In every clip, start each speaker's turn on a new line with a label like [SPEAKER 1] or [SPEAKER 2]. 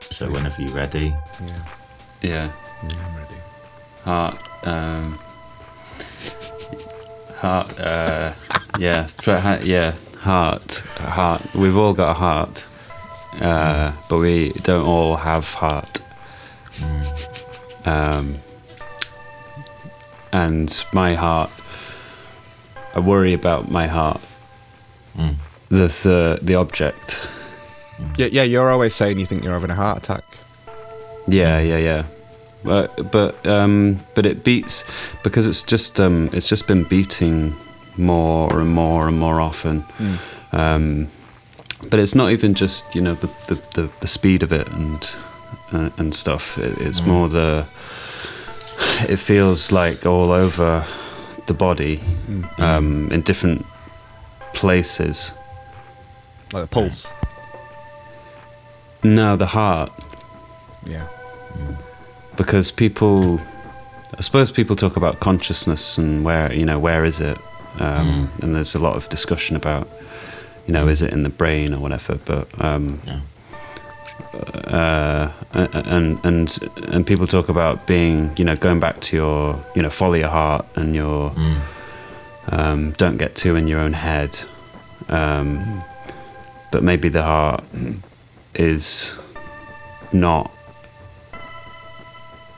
[SPEAKER 1] So whenever you're ready,
[SPEAKER 2] Yeah,
[SPEAKER 3] Yeah.
[SPEAKER 2] yeah, I'm ready.
[SPEAKER 3] Heart. Um, heart. Uh, yeah. Try, ha- yeah. Heart. Heart. We've all got a heart, uh, but we don't all have heart.
[SPEAKER 2] Mm.
[SPEAKER 3] Um, and my heart. I worry about my heart.
[SPEAKER 2] Mm.
[SPEAKER 3] The, the the object.
[SPEAKER 2] Yeah, yeah, you're always saying you think you're having a heart attack.
[SPEAKER 3] Yeah, yeah, yeah. But but um, but it beats because it's just um, it's just been beating more and more and more often. Um, but it's not even just you know the the, the, the speed of it and uh, and stuff. It, it's more the it feels like all over the body um, in different places.
[SPEAKER 2] Like the pulse.
[SPEAKER 3] No, the heart.
[SPEAKER 2] Yeah.
[SPEAKER 3] because people i suppose people talk about consciousness and where you know where is it um, and there's a lot of discussion about you know is it in the brain or whatever but um,
[SPEAKER 1] yeah.
[SPEAKER 3] uh, and and and people talk about being you know going back to your you know follow your heart and your um, don't get too in your own head um, but maybe the heart is not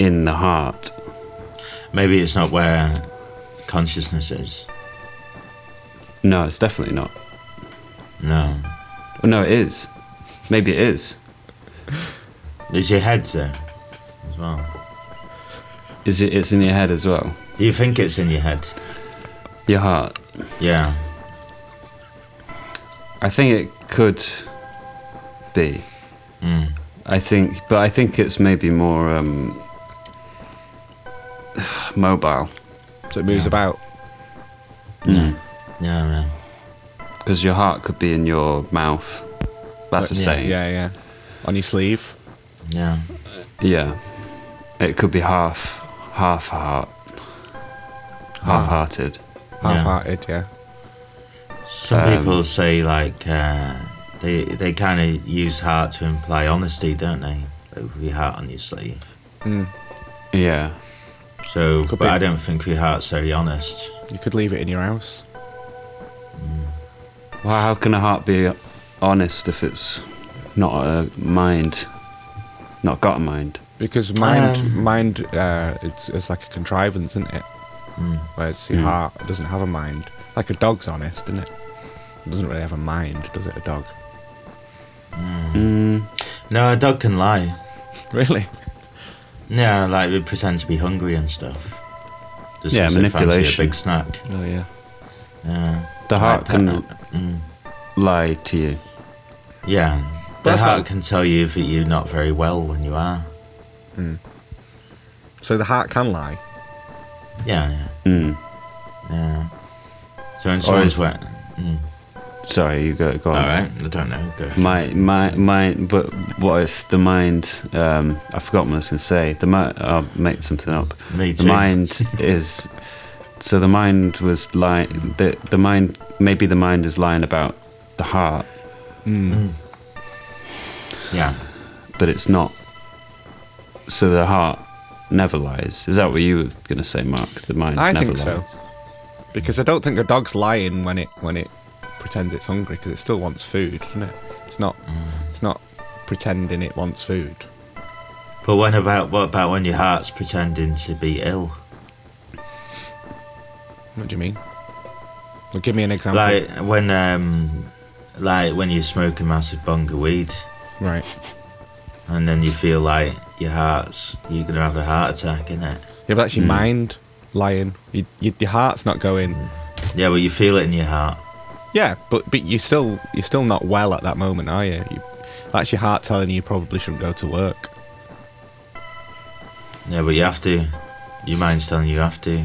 [SPEAKER 3] in the heart
[SPEAKER 1] maybe it's not where consciousness is.
[SPEAKER 3] no it's definitely not
[SPEAKER 1] No,
[SPEAKER 3] Well, no it is maybe it is
[SPEAKER 1] there's your head there as well.
[SPEAKER 3] is it it's in your head as well
[SPEAKER 1] Do you think it's in your head?
[SPEAKER 3] your heart
[SPEAKER 1] Yeah.
[SPEAKER 3] I think it could be.
[SPEAKER 1] Mm.
[SPEAKER 3] I think, but I think it's maybe more um, mobile
[SPEAKER 2] So it moves about.
[SPEAKER 1] Yeah. yeah.
[SPEAKER 3] because your heart could be in your mouth. That's a
[SPEAKER 1] Yeah,
[SPEAKER 3] saying.
[SPEAKER 2] Yeah, yeah. On your sleeve.
[SPEAKER 1] Yeah.
[SPEAKER 3] Yeah. It could be half, half heart, half-hearted.
[SPEAKER 2] Half-hearted, yeah.
[SPEAKER 1] Some
[SPEAKER 3] Um,
[SPEAKER 1] people say like uh, they they kind of use heart to imply honesty, don't they? Like with your heart on your sleeve.
[SPEAKER 2] Mm.
[SPEAKER 3] Yeah.
[SPEAKER 1] So,
[SPEAKER 2] Could
[SPEAKER 1] but
[SPEAKER 2] be.
[SPEAKER 1] I don't think your heart's very honest.
[SPEAKER 2] You could leave it in your house.
[SPEAKER 3] Well, how can a heart be honest if it's not a mind, not got a mind?
[SPEAKER 2] Because mind,
[SPEAKER 1] Um.
[SPEAKER 2] mind, uh, it's, it's like a contrivance, isn't it?
[SPEAKER 1] Mm.
[SPEAKER 2] Whereas your heart doesn't have a mind. Like a dog's honest, isn't it? It doesn't really have a mind, does it? A dog.
[SPEAKER 3] Mm,
[SPEAKER 1] No, a dog can lie.
[SPEAKER 2] Really?
[SPEAKER 1] Yeah, like we pretend to be hungry and stuff. Just
[SPEAKER 3] Yeah,
[SPEAKER 1] 'cause they fancy
[SPEAKER 3] manipulation.
[SPEAKER 1] a big snack.
[SPEAKER 2] Oh yeah.
[SPEAKER 1] Yeah.
[SPEAKER 3] the heart
[SPEAKER 1] Like,
[SPEAKER 3] can
[SPEAKER 1] uh, mm.
[SPEAKER 3] lie to you.
[SPEAKER 1] Yeah. The
[SPEAKER 2] That's
[SPEAKER 1] heart
[SPEAKER 2] not-
[SPEAKER 1] can tell you that you're not very well when you are.
[SPEAKER 2] So the heart can lie.
[SPEAKER 1] Yeah, yeah,
[SPEAKER 3] Mm.
[SPEAKER 1] yeah. So in someone's
[SPEAKER 3] is-
[SPEAKER 1] way. Mm.
[SPEAKER 3] Sorry, you go. Go on.
[SPEAKER 1] All right, I don't know. Go.
[SPEAKER 3] My my mind. But what if the mind? Um, I forgot what I was going to say. The mind. I'll make something up.
[SPEAKER 1] Me
[SPEAKER 3] The
[SPEAKER 1] too.
[SPEAKER 3] mind is. So the mind was lying. The the mind. Maybe the mind is lying about the heart,
[SPEAKER 1] Yeah.
[SPEAKER 3] but it's not. So the heart never lies. Is that what you were going to say, Mark? The mind.
[SPEAKER 2] I
[SPEAKER 3] never
[SPEAKER 2] think
[SPEAKER 3] lies.
[SPEAKER 2] so. Because I don't think a dog's lying when it when it pretends it's hungry because it still wants food, doesn't it? It's not it's not pretending it wants food.
[SPEAKER 1] But when about what about when your heart's pretending to be ill?
[SPEAKER 2] What do you mean? Well, give me an example.
[SPEAKER 1] Like when um like when you smoke a massive bong of weed
[SPEAKER 2] Right.
[SPEAKER 1] and then you feel like your heart's you're gonna have a heart attack, innit?
[SPEAKER 2] Yeah, but that's your mind lying. You, you, your heart's not going.
[SPEAKER 1] Yeah, but you feel it in your heart.
[SPEAKER 2] Yeah, but but you still you're still not well at that moment, are you? you that's your heart telling you you probably shouldn't go to work.
[SPEAKER 1] Yeah, but you have to. Your mind's telling you have to.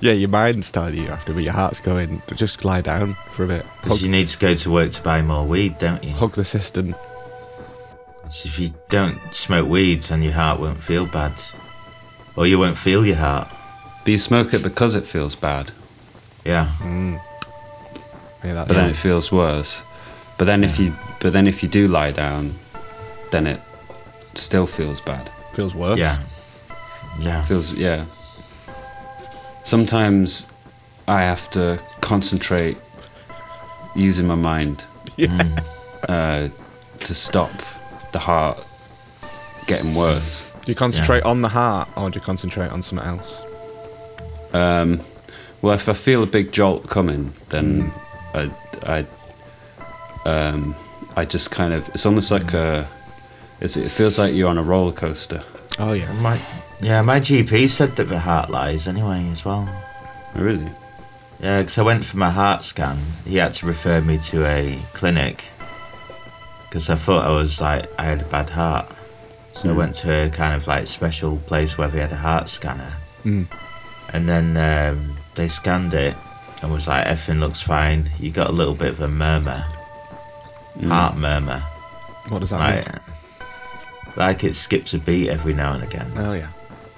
[SPEAKER 2] Yeah, your mind's telling you after, but your heart's going. Just lie down for a bit. Hug,
[SPEAKER 1] Because you need to go to work to buy more weed, don't you?
[SPEAKER 2] hug the cistern.
[SPEAKER 1] So if you don't smoke weed, then your heart won't feel bad. Or you won't feel your heart.
[SPEAKER 3] But you smoke it because it feels bad.
[SPEAKER 1] Yeah.
[SPEAKER 2] Yeah, that's
[SPEAKER 3] but then it feels worse. But then if you but then if you do lie down, then it still feels bad.
[SPEAKER 2] Feels worse.
[SPEAKER 1] Yeah. Yeah.
[SPEAKER 3] Feels yeah. Sometimes I have to concentrate using my mind uh, to stop the heart getting worse.
[SPEAKER 2] Do you concentrate on the heart or do you concentrate on something else?
[SPEAKER 3] Um, Well, if I feel a big jolt coming, then I, I, um, I just kind of. It's almost like a. It's, it feels like you're on a roller coaster.
[SPEAKER 2] Oh yeah.
[SPEAKER 1] My, yeah, my GP said that my heart lies anyway as well.
[SPEAKER 3] Really.
[SPEAKER 1] Yeah, because I went for my heart scan. He had to refer me to a clinic because I thought I was like I had a bad heart. So I went to a kind of like special place where we had a heart scanner,
[SPEAKER 2] Mm.
[SPEAKER 1] and then um, they scanned it and was like, "Everything looks fine." You got a little bit of a murmur, heart murmur,
[SPEAKER 2] What does that
[SPEAKER 1] like
[SPEAKER 2] mean?
[SPEAKER 1] like it skips a beat every now and again.
[SPEAKER 2] Oh yeah.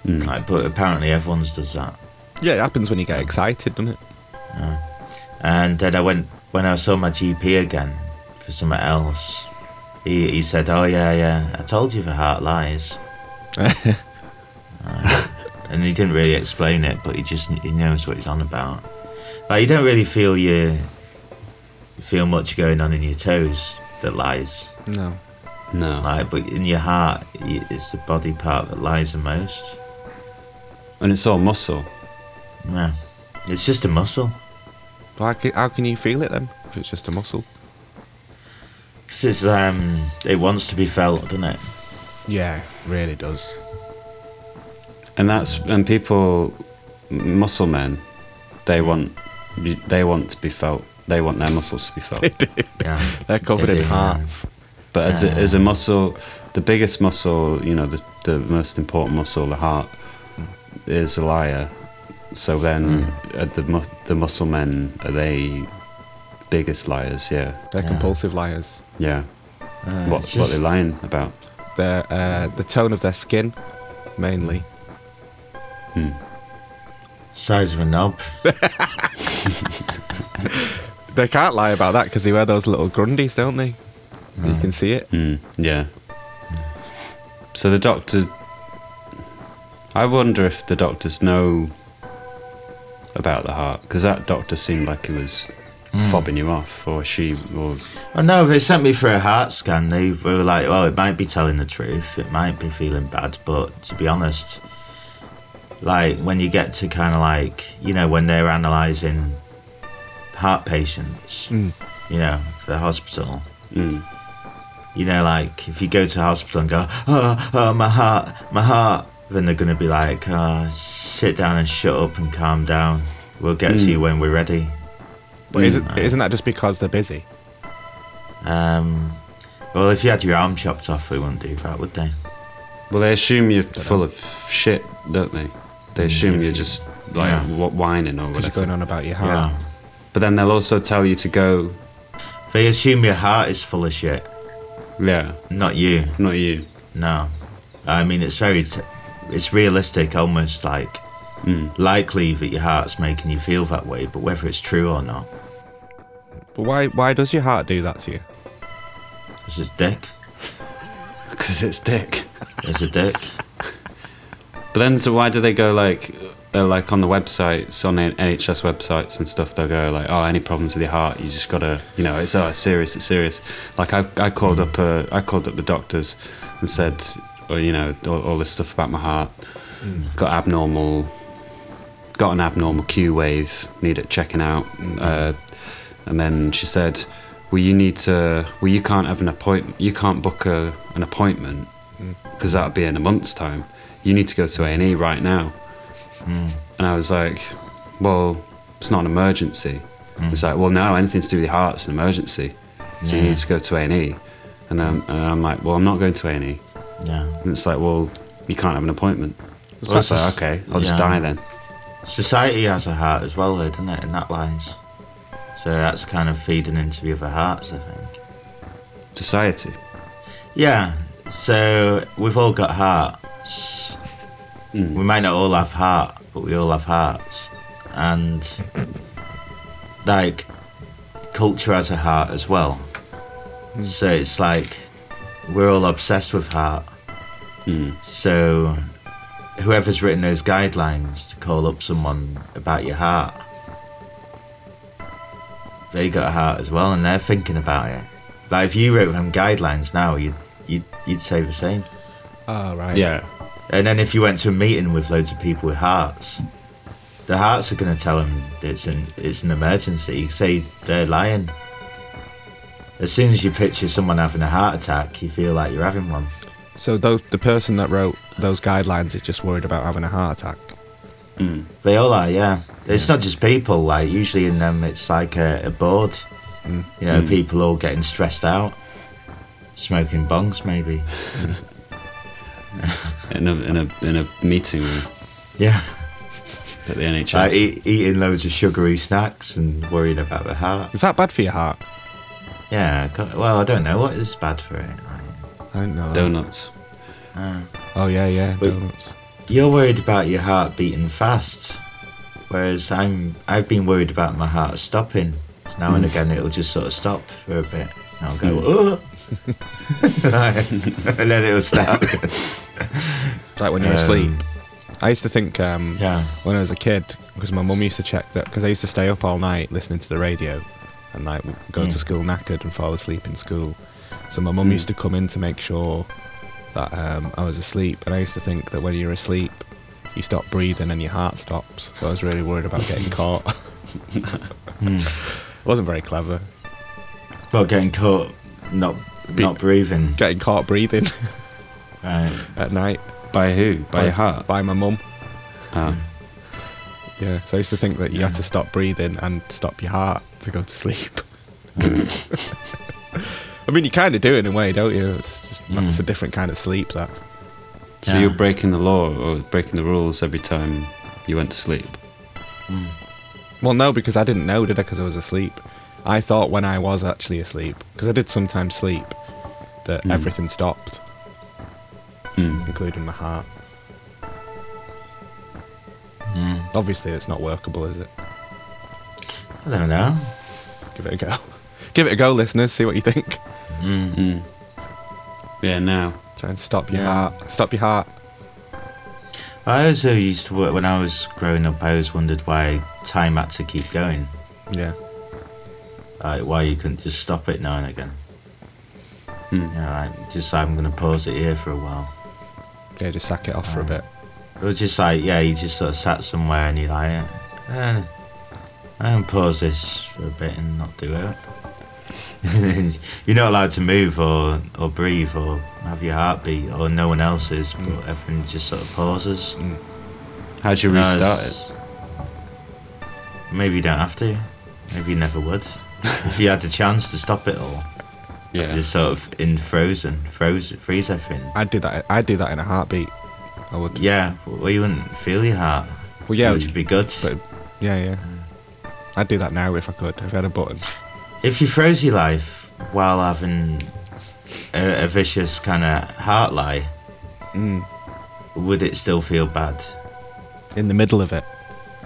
[SPEAKER 1] Like, but apparently everyone's does that.
[SPEAKER 2] Yeah, it happens when you get excited, doesn't it?
[SPEAKER 1] And then I went when I saw my GP again for something else. He, he said, "Oh yeah, yeah, I told you the heart lies," Uh, and he didn't really explain it, but he just he knows what he's on about. Like you don't really feel your feel much going on in your toes that lies,
[SPEAKER 2] No.
[SPEAKER 3] No.
[SPEAKER 1] like but in your heart, y- it's the body part that lies the most.
[SPEAKER 3] And it's all muscle.
[SPEAKER 1] Yeah, it's just a muscle.
[SPEAKER 2] Like, how can you feel it then? If it's just a muscle.
[SPEAKER 1] 'Cause it's um, it wants to be felt, doesn't it?
[SPEAKER 2] Yeah, really does.
[SPEAKER 3] And that's and people, m- muscle men, they want they want to be felt. They want their muscles to be felt.
[SPEAKER 1] Yeah,
[SPEAKER 2] They're covered
[SPEAKER 1] They
[SPEAKER 2] in
[SPEAKER 1] do, yeah.
[SPEAKER 2] hearts.
[SPEAKER 3] But as a, as a muscle, the biggest muscle, you know, the, the most important muscle, the heart, is a liar. So then,
[SPEAKER 1] Hmm.
[SPEAKER 3] uh, the mu- the muscle men are they biggest liars? Yeah,
[SPEAKER 2] They're
[SPEAKER 1] Yeah.
[SPEAKER 2] compulsive liars.
[SPEAKER 3] yeah.
[SPEAKER 1] Uh, it's
[SPEAKER 3] what what
[SPEAKER 1] just-
[SPEAKER 3] they're lying about?
[SPEAKER 2] Their uh, the tone of their skin, mainly.
[SPEAKER 1] Size of a knob.
[SPEAKER 2] They can't lie about that because they wear those little grundies, don't they? You can see it.
[SPEAKER 3] Mm, yeah. So the doctor. I wonder if the doctors know about the heart because that doctor seemed like he was
[SPEAKER 1] Hmm.
[SPEAKER 3] fobbing you off, or she, or
[SPEAKER 1] Oh no, they sent me for a heart scan. They were like, well, it might be telling the truth, it might be feeling bad, but to be honest, like when you get to kind of like, you know, when they're analysing heart patients, you know, for the hospital,
[SPEAKER 3] Mm.
[SPEAKER 1] you know, like if you go to hospital and go, oh, oh, my heart, my heart, then they're going to be like, oh, sit down and shut up and calm down. We'll get to you when we're ready.
[SPEAKER 2] But
[SPEAKER 1] Mm.
[SPEAKER 2] isn't, isn't that just because they're busy?
[SPEAKER 1] Um, well, if you had your arm chopped off, they wouldn't do that, would they?
[SPEAKER 3] Well, they assume you're full of shit, don't they? They assume you're just like
[SPEAKER 1] Yeah.
[SPEAKER 3] wh- whining or
[SPEAKER 2] Because you're
[SPEAKER 3] whatever.
[SPEAKER 2] going on about your heart.
[SPEAKER 1] Yeah.
[SPEAKER 3] But then they'll also tell you to go,
[SPEAKER 1] They assume your heart is full of shit,
[SPEAKER 3] yeah,
[SPEAKER 1] not you.
[SPEAKER 3] not you.
[SPEAKER 1] No, I mean it's very, t- it's realistic, almost like likely that your heart's making you feel that way, but whether it's true or not,
[SPEAKER 2] But why why does your heart do that to you?
[SPEAKER 1] it's just dick.
[SPEAKER 3] Because it's dick.
[SPEAKER 1] It's a dick.
[SPEAKER 3] But then, so why do they go like, uh, like on the websites, on the NHS websites and stuff? They'll go like, oh, any problems with your heart, you just gotta, you know, it's oh, it's serious, it's serious. Like I, I called up, uh, I called up the doctors and said, oh, you know, all, all this stuff about my heart, got abnormal, got an abnormal Q wave, need it checking out. Uh, and then she said, well, you need to, well, you can't have an appointment, you can't book a, an appointment because that'll be in a month's time. You need to go to A and E right now. And I was like, well, it's not an emergency. It's like, well, no, anything to do with your heart's an emergency, so you need to go to A and E. And I'm, and I'm like, well, I'm not going to A and E.
[SPEAKER 1] Yeah.
[SPEAKER 3] And it's like, well, you can't have an appointment. So I
[SPEAKER 2] like
[SPEAKER 3] was like,
[SPEAKER 2] this-
[SPEAKER 3] okay, I'll just
[SPEAKER 1] yeah.
[SPEAKER 3] die then.
[SPEAKER 1] Society has a heart as well, though, doesn't it? And that lies. So that's kind of feeding into the other hearts, I think.
[SPEAKER 3] Society.
[SPEAKER 1] Yeah, so we've all got hearts. We might not all have heart, but we all have hearts. And like culture has a heart as well. So it's like we're all obsessed with heart.
[SPEAKER 3] Mm.
[SPEAKER 1] So, whoever's written those guidelines to call up someone about your heart, they got a heart as well, and they're thinking about it. Like if you wrote them guidelines now, you'd you'd, you'd say the same.
[SPEAKER 2] Oh, right.
[SPEAKER 3] Yeah.
[SPEAKER 1] And then if you went to a meeting with loads of people with hearts, the hearts are going to tell them it's an it's an emergency. You say they're lying. As soon as you picture someone having a heart attack, you feel like you're having one.
[SPEAKER 2] So those, the person that wrote those guidelines is just worried about having a heart attack.
[SPEAKER 1] They all are, yeah. It's not just people. Like usually in them, it's like a, a board. You know, people all getting stressed out, smoking bongs maybe.
[SPEAKER 3] In a in a in a meeting room
[SPEAKER 1] Yeah,
[SPEAKER 3] at the NHS.
[SPEAKER 1] like eat, eating loads of sugary snacks and worrying about the heart.
[SPEAKER 2] Is that bad for your heart?
[SPEAKER 1] Yeah. co- Well, I don't know what is bad for it. Like,
[SPEAKER 2] I don't know.
[SPEAKER 3] Donuts.
[SPEAKER 1] uh,
[SPEAKER 2] Oh yeah, yeah.
[SPEAKER 1] Wait.
[SPEAKER 2] Donuts.
[SPEAKER 1] You're worried about your heart beating fast, whereas I'm I've been worried about my heart stopping. So now and again it'll just sort of stop for a bit. And I'll go, oh, and then it'll stop.
[SPEAKER 2] It's like when you're
[SPEAKER 1] Um,
[SPEAKER 2] asleep. I used to think um,
[SPEAKER 1] yeah.
[SPEAKER 2] when I was a kid because my mum used to check that because I used to stay up all night listening to the radio and like w- go
[SPEAKER 1] Mm.
[SPEAKER 2] to school knackered and fall asleep in school. So my mum used to come in to make sure that um, I was asleep, and I used to think that when you're asleep, you stop breathing and your heart stops. So I was really worried about getting caught. It wasn't very clever.
[SPEAKER 1] Well, getting caught, not not breathing.
[SPEAKER 2] Getting caught breathing
[SPEAKER 1] Right.
[SPEAKER 2] at night
[SPEAKER 3] By who? By your heart.
[SPEAKER 2] by my mum.
[SPEAKER 3] Ah.
[SPEAKER 2] Yeah, so I used to think that you had to stop breathing and stop your heart to go to sleep. I mean, you kind of do it in a way, don't you? It's just
[SPEAKER 3] Hmm.
[SPEAKER 2] it's a different kind of sleep. That
[SPEAKER 3] So
[SPEAKER 1] Yeah.
[SPEAKER 3] you're breaking the law or breaking the rules every time you went to sleep.
[SPEAKER 2] well, no, because I didn't know, did I? Because I was asleep. I thought when I was actually asleep, because I did sometimes sleep, that
[SPEAKER 3] Hmm.
[SPEAKER 2] everything stopped,
[SPEAKER 3] Mm.
[SPEAKER 2] including my heart.
[SPEAKER 3] Hmm.
[SPEAKER 1] Mm.
[SPEAKER 2] Obviously, it's not workable, is it?
[SPEAKER 1] I don't know.
[SPEAKER 2] Give it a go. Give it a go, listeners. See what you think.
[SPEAKER 1] Mm.
[SPEAKER 3] Mm. Yeah, now.
[SPEAKER 2] Try and stop your
[SPEAKER 1] Yeah.
[SPEAKER 2] heart. Stop your heart.
[SPEAKER 1] I also used to wo- when I was growing up. I always wondered why time had to keep going.
[SPEAKER 2] Yeah.
[SPEAKER 1] Like why you couldn't just stop it now and again.
[SPEAKER 3] Mm.
[SPEAKER 1] You know, like, just I'm going to pause it here for a while.
[SPEAKER 2] Yeah, just sack it off for a bit.
[SPEAKER 1] It was just like, yeah, you just sort of sat somewhere and you're like, eh, I can pause this for a bit and not do it. you're not allowed to move or, or breathe or have your heartbeat or no one else's, but everything just sort of pauses.
[SPEAKER 3] How'd Mm. you
[SPEAKER 1] No,
[SPEAKER 3] restart it?
[SPEAKER 1] it's- Maybe you don't have to. Maybe you never would. if you had the chance to stop it all,
[SPEAKER 3] Yeah.
[SPEAKER 1] just sort of in frozen, froze, freeze everything.
[SPEAKER 2] I'd do that. I'd do that in a heartbeat. I would.
[SPEAKER 1] Yeah, Mm. well, you wouldn't feel your heart,
[SPEAKER 2] Well, yeah,
[SPEAKER 1] which would be good.
[SPEAKER 2] but yeah, yeah. I'd do that now if I could. If I had a button.
[SPEAKER 1] If you froze your life while having a, a vicious kind of heart lie,
[SPEAKER 2] Mm.
[SPEAKER 1] would it still feel bad?
[SPEAKER 2] In the middle of it.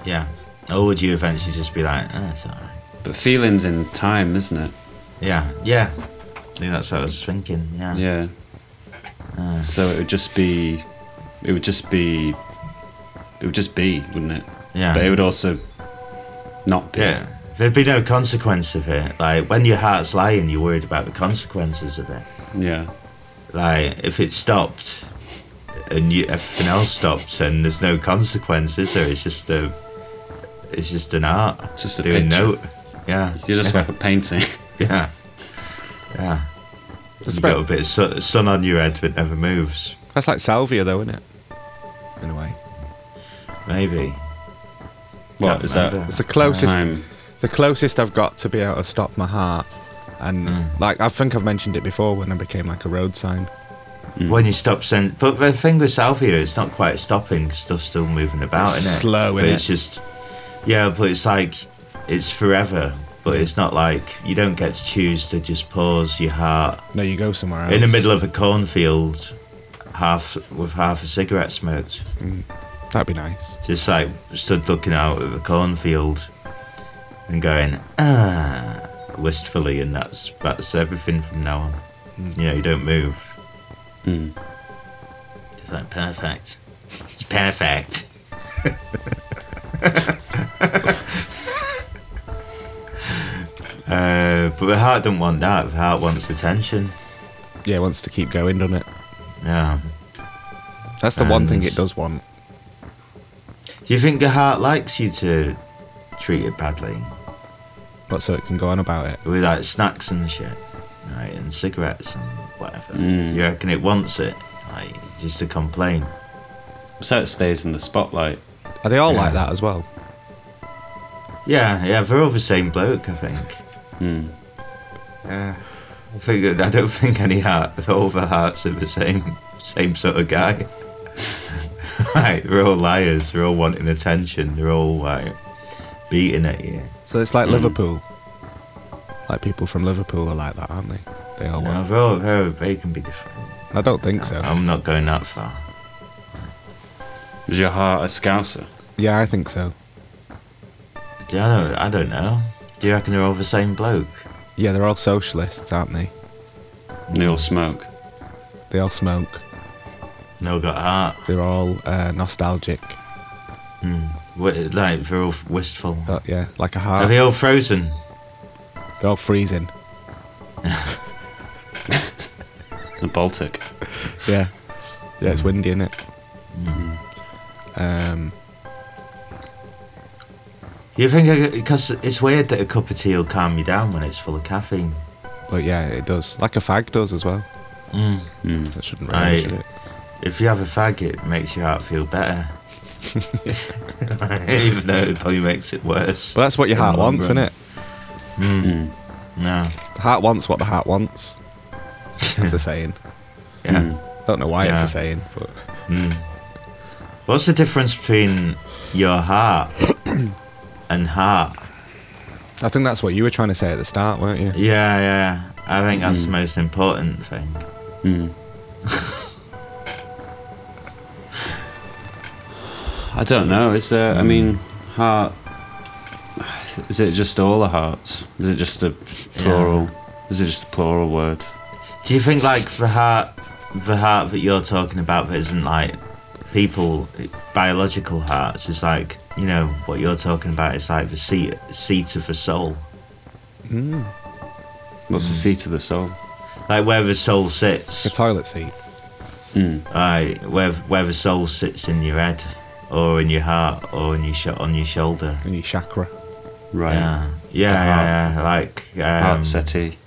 [SPEAKER 1] Yeah. Or would you eventually just be like, oh, it's alright?
[SPEAKER 3] But feelings in time, isn't it?
[SPEAKER 1] Yeah, yeah. Yeah, that's what I was thinking. Yeah.
[SPEAKER 3] Yeah.
[SPEAKER 1] Uh,
[SPEAKER 3] So it would just be, it would just be, it would just be, wouldn't it?
[SPEAKER 1] yeah.
[SPEAKER 3] But it would also not be.
[SPEAKER 1] yeah. There'd be no consequence of it. Like, when your heart's lying, you're worried about the consequences of it.
[SPEAKER 3] Yeah.
[SPEAKER 1] Like, if it stopped and you, everything else stops, then there's no consequences, there. It's just a. It's just an art.
[SPEAKER 3] It's just a
[SPEAKER 1] doing
[SPEAKER 3] picture.
[SPEAKER 1] no. Yeah.
[SPEAKER 3] You're just like a painting.
[SPEAKER 1] Yeah. Yeah.
[SPEAKER 2] That's
[SPEAKER 1] you got a
[SPEAKER 2] about-
[SPEAKER 1] bit of su- sun on your head that never moves.
[SPEAKER 2] That's like salvia, though, isn't it? In a way,
[SPEAKER 1] Maybe.
[SPEAKER 3] what is that?
[SPEAKER 1] remember.
[SPEAKER 2] it's the closest.
[SPEAKER 3] Time.
[SPEAKER 2] The closest I've got to be able to stop my heart. And like I think I've mentioned it before when I became like a road sign.
[SPEAKER 1] When you stop send but the thing with Salvia, it's not quite stopping. 'cause Stuff's still moving about,
[SPEAKER 2] It's
[SPEAKER 1] isn't it?
[SPEAKER 2] slow,
[SPEAKER 1] But
[SPEAKER 2] innit?
[SPEAKER 1] It's just. Yeah, but it's like it's forever. But it's not like you don't get to choose to just pause your heart
[SPEAKER 2] No, you go somewhere else.
[SPEAKER 1] in the middle of a cornfield, half with half a cigarette smoked.
[SPEAKER 2] That'd be nice.
[SPEAKER 1] just like stood looking out at the cornfield and going ah wistfully and that's that's everything from now on you know you don't move
[SPEAKER 3] Mm.
[SPEAKER 1] It's like perfect. It's perfect. uh, but the heart don't want that. The heart wants attention.
[SPEAKER 2] Yeah, it wants to keep going, doesn't it?
[SPEAKER 1] Yeah.
[SPEAKER 2] That's the one thing
[SPEAKER 1] And-
[SPEAKER 2] it does want.
[SPEAKER 1] Do you think the heart likes you to treat it badly
[SPEAKER 2] But so it can go on about it.
[SPEAKER 1] with like snacks and shit, right, and cigarettes and whatever?
[SPEAKER 3] Mm.
[SPEAKER 1] You reckon it wants it, like just to complain?
[SPEAKER 3] So it stays in the spotlight.
[SPEAKER 2] Are they all like
[SPEAKER 1] Yeah.
[SPEAKER 2] that as well?
[SPEAKER 1] Yeah, yeah, they're all the same bloke, I think.
[SPEAKER 3] Hmm.
[SPEAKER 1] Yeah. I think that- I don't think any heart, all the hearts are the same, same sort of guy. like they're all liars. They're all wanting attention. They're all like beating at you.
[SPEAKER 2] So it's like
[SPEAKER 3] Mm.
[SPEAKER 2] Liverpool. Like people from Liverpool are like that, aren't they? They all
[SPEAKER 1] No,
[SPEAKER 2] want.
[SPEAKER 1] they're all, they're, they can be different.
[SPEAKER 2] I don't think so.
[SPEAKER 1] I'm not going that far.
[SPEAKER 3] Is your heart a scouser?
[SPEAKER 2] Yeah, I think so.
[SPEAKER 1] Do you- I don't, I don't know. Do you reckon they're all the same bloke?
[SPEAKER 2] Yeah, they're all socialists, aren't they?
[SPEAKER 3] They all smoke.
[SPEAKER 2] They all smoke.
[SPEAKER 1] No, got heart.
[SPEAKER 2] They're all uh, nostalgic.
[SPEAKER 1] Mm. Wi- Like they're all wistful.
[SPEAKER 2] Uh, yeah, like a
[SPEAKER 1] Are
[SPEAKER 2] heart.
[SPEAKER 1] they all frozen?
[SPEAKER 2] They're all freezing.
[SPEAKER 3] The Baltic.
[SPEAKER 2] Yeah. Yeah, it's windy, isn't it? Um,
[SPEAKER 1] You think because it's weird that a cup of tea will calm you down when it's full of caffeine.
[SPEAKER 2] but yeah, it does. Like a fag does as well.
[SPEAKER 1] Mm.
[SPEAKER 3] Hmm.
[SPEAKER 2] That shouldn't really should
[SPEAKER 1] Right.
[SPEAKER 2] it?
[SPEAKER 1] If you have a fag, it makes your heart feel better. Even though it probably makes it worse.
[SPEAKER 2] Well, that's what your
[SPEAKER 1] In the
[SPEAKER 2] heart
[SPEAKER 1] long
[SPEAKER 2] wants,
[SPEAKER 1] run.
[SPEAKER 2] isn't it?
[SPEAKER 1] Mm.
[SPEAKER 3] Hmm.
[SPEAKER 1] No.
[SPEAKER 2] The heart wants what the heart wants. It's a saying.
[SPEAKER 1] Yeah.
[SPEAKER 2] Don't know why it's
[SPEAKER 1] Yeah.
[SPEAKER 2] a saying, but
[SPEAKER 1] Mm. What's the difference between your heart and heart?
[SPEAKER 2] I think that's what you were trying to say at the start, weren't you?
[SPEAKER 1] Yeah, yeah. I think that's the most important thing.
[SPEAKER 3] Hmm. I don't know. Is there? I mean, heart. Is it just all the hearts? Is it just a plural? Is it just a plural word?
[SPEAKER 1] Do you think like the heart, the heart that you're talking about that isn't like people biological hearts is like you know what you're talking about is like the seat seat of the soul,
[SPEAKER 3] What's the seat of the soul?
[SPEAKER 1] like where the soul sits,
[SPEAKER 2] A toilet seat.
[SPEAKER 3] Mm.
[SPEAKER 1] like where where the soul sits in your head, or in your heart, or in your sho- on your shoulder.
[SPEAKER 2] in your chakra.
[SPEAKER 3] Right.
[SPEAKER 1] Yeah, yeah,
[SPEAKER 3] The
[SPEAKER 1] yeah, yeah, Like um,
[SPEAKER 3] Heart settee.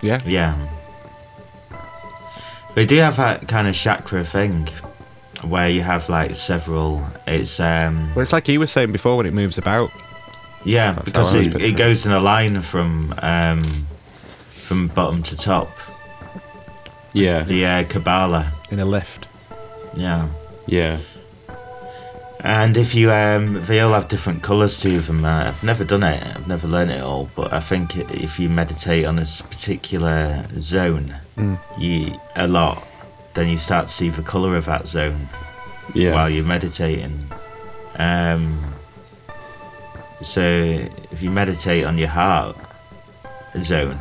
[SPEAKER 2] Yeah.
[SPEAKER 1] Yeah. They do have that kind of chakra thing where you have like several. It's um
[SPEAKER 2] Well, it's like he was saying before when it moves about.
[SPEAKER 1] yeah
[SPEAKER 2] That's
[SPEAKER 1] because
[SPEAKER 2] how I was
[SPEAKER 1] it, it
[SPEAKER 2] picturing
[SPEAKER 1] goes in a line from um from bottom to top.
[SPEAKER 3] Yeah.
[SPEAKER 1] The uh, Kabbalah.
[SPEAKER 2] In a lift.
[SPEAKER 1] Yeah.
[SPEAKER 3] Yeah.
[SPEAKER 1] And if you um they all have different colours to them. Uh, I've never done it. I've never learned it all. But I think i- if you meditate on a s- particular zone,
[SPEAKER 2] Mm.
[SPEAKER 1] you a lot, then you start to see the colour of that zone.
[SPEAKER 3] Yeah.
[SPEAKER 1] while you're meditating. Um, so if you meditate on your heart zone,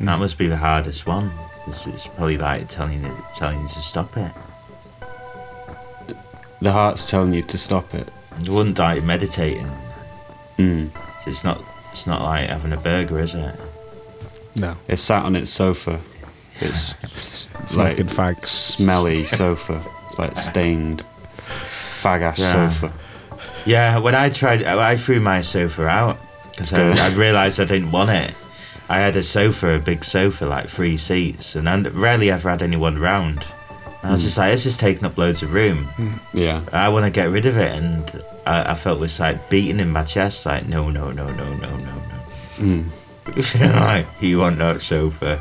[SPEAKER 1] that must be the hardest one. It's, it's probably like telling you, telling you to stop it.
[SPEAKER 3] the heart's telling you to stop it.
[SPEAKER 1] You wouldn't like meditating,
[SPEAKER 3] Mm.
[SPEAKER 1] so it's not it's not like having a burger, is it?
[SPEAKER 2] No.
[SPEAKER 3] It's sat on its sofa. It's s- like
[SPEAKER 2] Smoking fags.
[SPEAKER 3] smelly sofa. It's like stained fag ash
[SPEAKER 1] Yeah.
[SPEAKER 3] sofa.
[SPEAKER 1] Yeah, when I tried, I I threw my sofa out because I,
[SPEAKER 3] Good.
[SPEAKER 1] I realised I didn't want it. I had a sofa, a big sofa, like three seats, and I rarely ever had anyone round. And
[SPEAKER 2] Hmm.
[SPEAKER 1] I was just like, this is taking up loads of room.
[SPEAKER 3] Yeah.
[SPEAKER 1] I want to get rid of it, and I, I felt this like beating in my chest, like no, no, no, no, no, no, no.
[SPEAKER 2] Hmm.
[SPEAKER 1] like you want that sofa?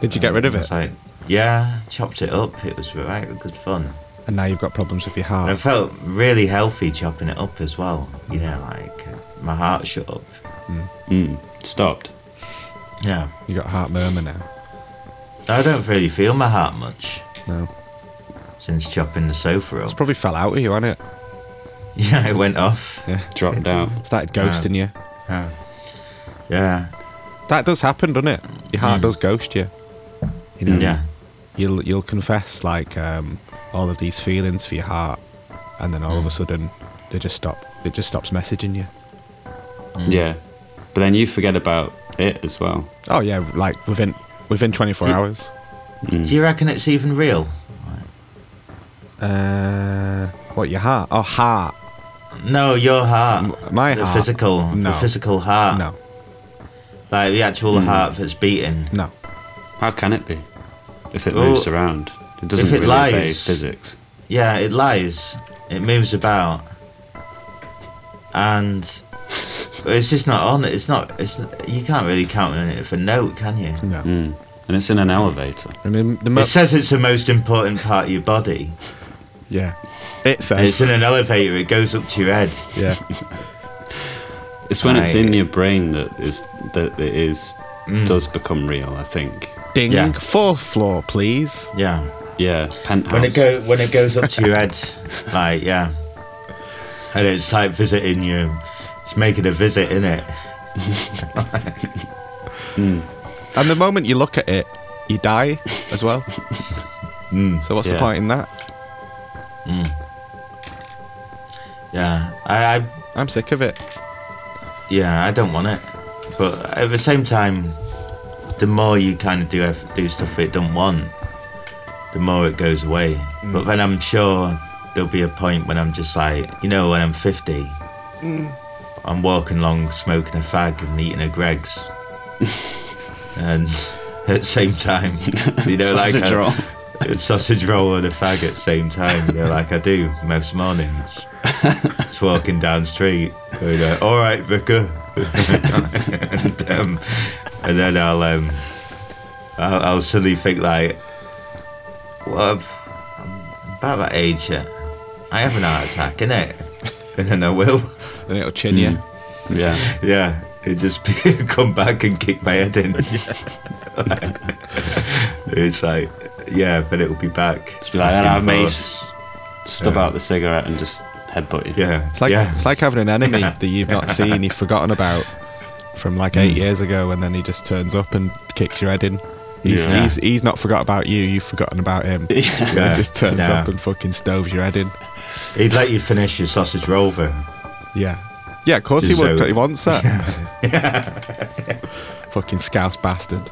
[SPEAKER 2] Did you get rid of
[SPEAKER 1] I
[SPEAKER 2] it?
[SPEAKER 1] was like, yeah, chopped it up. It was right, good fun.
[SPEAKER 2] And now you've got problems with your
[SPEAKER 1] And I
[SPEAKER 2] heart.
[SPEAKER 1] felt really healthy chopping it up as well. You know, like uh, my heart shut up.
[SPEAKER 3] Mm. Stopped.
[SPEAKER 1] Yeah,
[SPEAKER 2] You got heart murmur now.
[SPEAKER 1] I don't really feel my heart much
[SPEAKER 2] No.
[SPEAKER 1] since chopping the sofa
[SPEAKER 2] It's
[SPEAKER 1] up.
[SPEAKER 2] probably fell out of you, hasn't it?
[SPEAKER 1] Yeah, it went off.
[SPEAKER 2] Yeah.
[SPEAKER 1] Mm.
[SPEAKER 3] Dropped out.
[SPEAKER 2] Started ghosting you.
[SPEAKER 1] Yeah. Yeah.
[SPEAKER 2] That does happen, doesn't it? Your heart
[SPEAKER 1] Mm.
[SPEAKER 2] does ghost you. You know.
[SPEAKER 1] Yeah.
[SPEAKER 2] You'll you'll confess like um, all of these feelings for your heart, and then all of a sudden they just stop. It just stops messaging you.
[SPEAKER 1] Mm.
[SPEAKER 3] Yeah. But then you forget about it as well.
[SPEAKER 2] Oh yeah, like within within 24
[SPEAKER 1] Yeah.
[SPEAKER 2] hours. Mm.
[SPEAKER 1] Do you reckon it's even real?
[SPEAKER 2] Uh, what your heart? Oh, heart.
[SPEAKER 1] No, your heart.
[SPEAKER 2] M- my
[SPEAKER 1] the
[SPEAKER 2] heart?
[SPEAKER 1] physical,
[SPEAKER 2] No.
[SPEAKER 1] the physical heart.
[SPEAKER 2] No, Mm.
[SPEAKER 1] like the actual heart that's beating.
[SPEAKER 2] no.
[SPEAKER 3] How can it be? If it
[SPEAKER 1] Well,
[SPEAKER 3] moves around, it doesn't
[SPEAKER 1] it
[SPEAKER 3] really obey
[SPEAKER 1] lies-
[SPEAKER 3] physics.
[SPEAKER 1] Yeah, it lies. It moves about, and it's just not on. It's not. It's you can't really count on it for note, can you?
[SPEAKER 2] No.
[SPEAKER 3] Mm. And it's in an elevator.
[SPEAKER 2] I mean, the mo-
[SPEAKER 1] It says it's the most important part of your body.
[SPEAKER 2] yeah. It
[SPEAKER 1] And
[SPEAKER 2] says.
[SPEAKER 1] it's in an elevator. It goes up to your head.
[SPEAKER 2] yeah.
[SPEAKER 3] It's when it's
[SPEAKER 1] Right. Mm.
[SPEAKER 3] in your brain that is that it is does become real. I think.
[SPEAKER 2] Ding.
[SPEAKER 1] Yeah.
[SPEAKER 2] Fourth floor, please.
[SPEAKER 1] Yeah.
[SPEAKER 3] Yeah, penthouse.
[SPEAKER 1] When it go when it goes up to your head, like yeah, and it's like visiting you. It's making a visit, in it.
[SPEAKER 2] And the moment you look at it, you die as well.
[SPEAKER 1] Mm.
[SPEAKER 2] so what's the
[SPEAKER 3] Yeah.
[SPEAKER 2] point in that?
[SPEAKER 1] Yeah. I, I
[SPEAKER 2] I'm sick of it.
[SPEAKER 1] yeah, I don't want it. But at the same time, the more you kind of do eff- do stuff it don't want, the more it goes away.
[SPEAKER 3] Mm.
[SPEAKER 1] But then I'm sure there'll be a point when I'm just like, you know, when I'm 50,
[SPEAKER 3] Mm.
[SPEAKER 1] I'm walking along smoking a fag and eating a Greg's, and at the same time, you know, like uh,
[SPEAKER 3] Sausage
[SPEAKER 1] a-
[SPEAKER 3] roll.
[SPEAKER 1] a sausage roll and a fag at the same time, you know, like I do most mornings. Just walking down the street, going, uh, all right, vicar. and, um, and then I'll, um, I'll, I'll suddenly think like, well, I'm, I'm about that age yet. I have an heart attack, innit? And then I will.
[SPEAKER 2] And it'll chin you.
[SPEAKER 1] Mm.
[SPEAKER 3] yeah,
[SPEAKER 1] Yeah, it just be- come back and kick my head in. it's like, yeah, but it'll be back.
[SPEAKER 3] Just be like,
[SPEAKER 1] Back
[SPEAKER 3] "Ah,
[SPEAKER 1] in
[SPEAKER 3] mate."
[SPEAKER 1] force.
[SPEAKER 3] stub out the cigarette and just headbutt you.
[SPEAKER 1] Yeah,
[SPEAKER 2] It's like
[SPEAKER 1] yeah,
[SPEAKER 2] it's like having an enemy that you've not seen, you've forgotten about from like
[SPEAKER 1] Mm.
[SPEAKER 2] eight years ago, and then he just turns up and kicks your head in. He's
[SPEAKER 1] Yeah.
[SPEAKER 2] he's, he's not forgot about you. You've forgotten about him. So
[SPEAKER 1] Yeah.
[SPEAKER 2] he just turns
[SPEAKER 1] Yeah.
[SPEAKER 2] up and fucking stoves your head in.
[SPEAKER 1] he'd let you finish your sausage eh? roll though.
[SPEAKER 2] Yeah, yeah. Of course he
[SPEAKER 1] Just
[SPEAKER 2] would.
[SPEAKER 1] so-
[SPEAKER 2] 'cause He wants that. fucking scouse bastard.